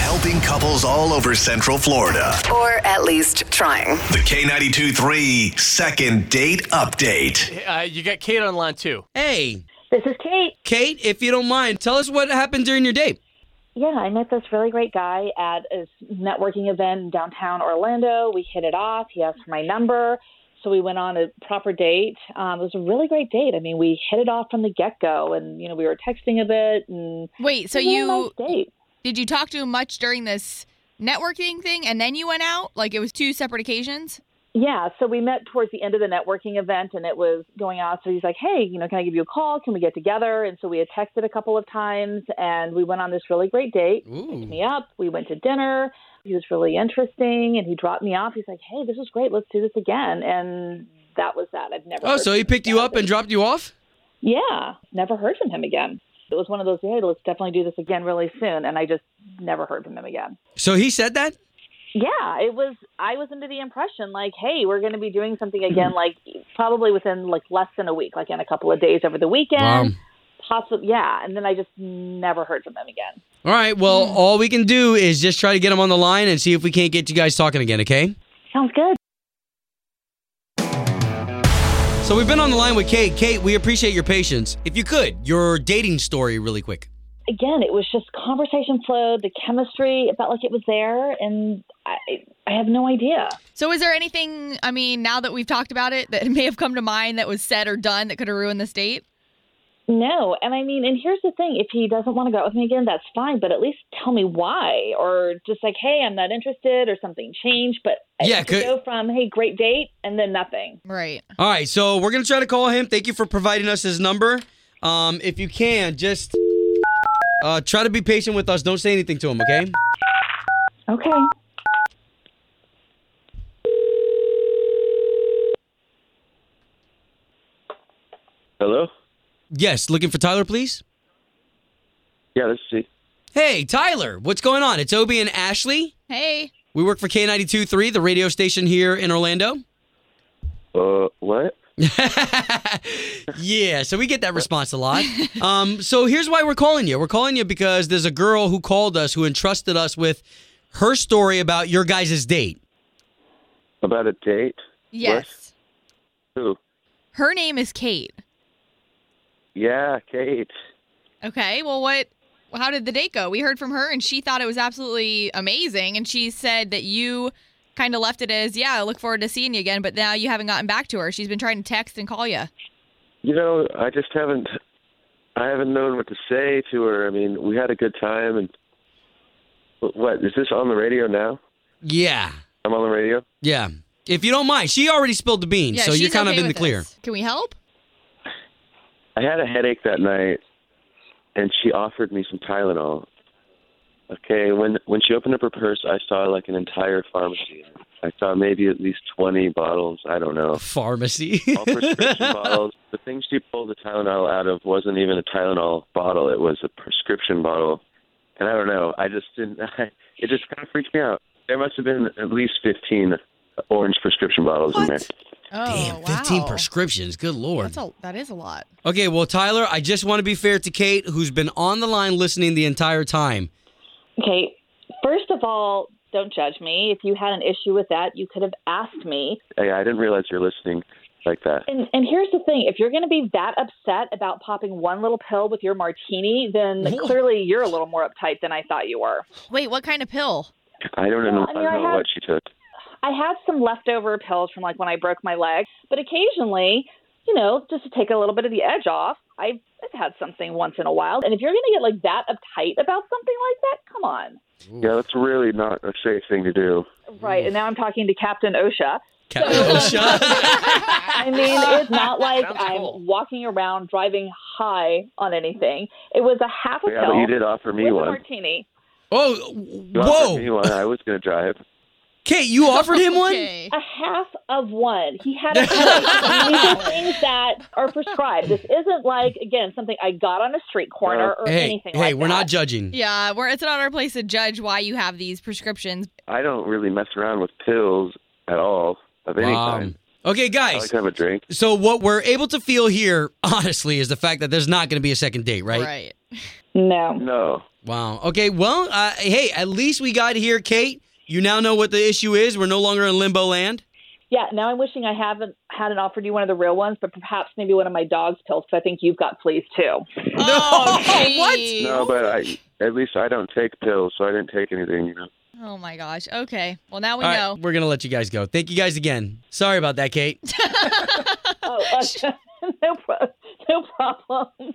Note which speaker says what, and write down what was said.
Speaker 1: Helping couples all over Central Florida.
Speaker 2: Or at least trying.
Speaker 1: The K92 3 second date update.
Speaker 3: Uh, you got Kate on line two.
Speaker 4: Hey,
Speaker 5: This is Kate.
Speaker 4: Kate, if you don't mind, tell us what happened during your date.
Speaker 5: Yeah, I met this really great guy at a networking event in downtown Orlando. We hit it off. He asked for my number. So we went on a proper date. Um, it was a really great date. I mean, we hit it off from the get go, and you know, we were texting a bit. And
Speaker 6: Wait, so
Speaker 5: it was a really
Speaker 6: you
Speaker 5: nice date.
Speaker 6: did you talk to him much during this networking thing and then you went out? Like it was two separate occasions?
Speaker 5: Yeah, so we met towards the end of the networking event and it was going on. So he's like, hey, you know, can I give you a call? Can we get together? And so we had texted a couple of times and we went on this really great date. He
Speaker 4: Mm.
Speaker 5: Picked me up. We went to dinner. He was really interesting and he dropped me off. He's like, hey, this is great. Let's do this again. And that was that. I've never.
Speaker 4: Oh,
Speaker 5: heard
Speaker 4: so
Speaker 5: from
Speaker 4: he
Speaker 5: him
Speaker 4: picked you
Speaker 5: again.
Speaker 4: up and dropped you off?
Speaker 5: Yeah, never heard from him again. It was one of those, hey, let's definitely do this again really soon. And I just never heard from him again.
Speaker 4: So he said that?
Speaker 5: Yeah, it was. I was under the impression like, hey, we're going to be doing something again, like probably within like less than a week, like in a couple of days over the weekend. Possibly, yeah. And then I just never heard from them again.
Speaker 4: All right, well, all we can do is just try to get him on the line and see if we can't get you guys talking again, okay?
Speaker 5: Sounds good.
Speaker 4: So we've been on the line with Kate. Kate, we appreciate your patience. If you could, your dating story really quick.
Speaker 5: Again, it was just conversation flowed, the chemistry. It felt like it was there, and I, I have no idea.
Speaker 6: So is there anything, I mean, now that we've talked about it, that may have come to mind that was said or done that could have ruined this date?
Speaker 5: No, and I mean, and here's the thing: if he doesn't want to go out with me again, that's fine. But at least tell me why, or just like, hey, I'm not interested, or something changed. But
Speaker 4: Yeah,
Speaker 5: to
Speaker 4: could-
Speaker 5: go from hey, great date, and then nothing.
Speaker 6: Right.
Speaker 4: All right, so we're going to try to call him. Thank you for providing us his number. Um, if you can, just uh, try to be patient with us. Don't say anything to him, okay?
Speaker 5: Okay.
Speaker 7: Hello?
Speaker 4: Yes, looking for Tyler, please.
Speaker 7: Yeah, this is he.
Speaker 4: Hey, Tyler, what's going on? It's Obie and Ashley.
Speaker 6: Hey.
Speaker 4: We work for K92 3, the radio station here in Orlando.
Speaker 7: Uh, what?
Speaker 4: yeah, so we get that response a lot. Um, so here's why we're calling you. We're calling you because there's a girl who called us who entrusted us with her story about your guys' date.
Speaker 7: About a date?
Speaker 6: Yes.
Speaker 7: Who?
Speaker 6: Her name is Kate.
Speaker 7: Yeah, Kate.
Speaker 6: Okay. Well, what? How did the date go? We heard from her, and she thought it was absolutely amazing, and she said that you kind of left it as, "Yeah, I look forward to seeing you again," but now you haven't gotten back to her. She's been trying to text and call you.
Speaker 7: You know, I just haven't I haven't known what to say to her. I mean, we had a good time and Wh- what, is this on the radio now?
Speaker 4: Yeah,
Speaker 7: I'm on the radio?
Speaker 4: yeah. If you don't mind, she already spilled the beans,
Speaker 6: Yeah,
Speaker 4: so you're
Speaker 6: she's
Speaker 4: kind
Speaker 6: okay
Speaker 4: of in the
Speaker 6: with
Speaker 4: clear.
Speaker 6: this. Can we help?
Speaker 7: I had a headache that night and she offered me some Tylenol. Okay, when when she opened up her purse, I saw like an entire pharmacy. I saw maybe at least 20 bottles, I don't know.
Speaker 4: Pharmacy.
Speaker 7: all prescription bottles. The thing she pulled the Tylenol out of wasn't even a Tylenol bottle; it was a prescription bottle. And I don't know. I just didn't. I, it just kind of freaked me out. There must have been at least fifteen orange prescription bottles in there.
Speaker 6: What? Oh,
Speaker 4: Damn, 15
Speaker 6: wow.
Speaker 4: prescriptions. Good lord.
Speaker 6: That's a that is a lot.
Speaker 4: Okay, well, Tyler, I just want to be fair to Kate, who's been on the line listening the entire time.
Speaker 5: Okay. First of all, don't judge me. If you had an issue with that, you could have asked me.
Speaker 7: Hey, I didn't realize you're listening like that.
Speaker 5: And and here's the thing: if you're going to be that upset about popping one little pill with your martini, then clearly you're a little more uptight than I thought you were.
Speaker 6: Wait, what kind of pill?
Speaker 7: I don't
Speaker 5: Well,
Speaker 7: know.
Speaker 5: I
Speaker 7: I
Speaker 5: mean, I
Speaker 7: don't know
Speaker 5: have-
Speaker 7: what she took.
Speaker 5: I had some leftover pills from like when I broke my leg, but occasionally, you know, just to take a little bit of the edge off, I've, I've had something once in a while. And if you're going to get like that uptight about something like that, come on.
Speaker 7: Yeah, that's really not a safe thing to do.
Speaker 5: Right. And now I'm talking to Captain OSHA.
Speaker 4: Captain OSHA.
Speaker 5: I mean, it's not like
Speaker 3: Sounds
Speaker 5: I'm
Speaker 3: cool.
Speaker 5: walking around driving high on anything. It was a half a
Speaker 7: Yeah,
Speaker 5: pill
Speaker 7: but you did offer me
Speaker 5: with a
Speaker 7: one.
Speaker 5: martini.
Speaker 4: Oh,
Speaker 7: You offered
Speaker 4: whoa.
Speaker 7: me one. I was going to drive.
Speaker 4: Kate, you offered him one?
Speaker 6: Okay.
Speaker 5: A half of one. He had a headache. These are things that are prescribed. This isn't like again something I got on a street corner or
Speaker 4: Hey,
Speaker 5: anything.
Speaker 4: hey,
Speaker 5: like
Speaker 4: we're
Speaker 5: that.
Speaker 4: not judging.
Speaker 6: Yeah, we're, it's not our place to judge why you have these prescriptions.
Speaker 7: I don't really mess around with pills at all of any
Speaker 4: Wow.
Speaker 7: kind.
Speaker 4: Um, Okay,
Speaker 7: I
Speaker 4: guys.
Speaker 7: like to have a drink.
Speaker 4: So what we're able to feel here, honestly, is the fact that there's not going to be a second date, right?
Speaker 6: Right.
Speaker 5: No.
Speaker 7: No.
Speaker 4: Wow. Okay. Well, uh, hey, at least we got here, Kate. You now know what the issue is. We're no longer in limbo land.
Speaker 5: Yeah, now I'm wishing I haven't hadn't offered you one of the real ones, but perhaps maybe one of my dog's pills. 'cause I think you've got fleas too.
Speaker 6: Oh,
Speaker 4: what?
Speaker 6: geez.
Speaker 7: No, but I at least I don't take pills, so I didn't take anything. You know.
Speaker 6: Oh my gosh. Okay. Well, now we
Speaker 4: All right,
Speaker 6: know.
Speaker 4: we're gonna let you guys go. Thank you guys again. Sorry about that, Kate.
Speaker 5: Oh, uh, no, pro- no problem.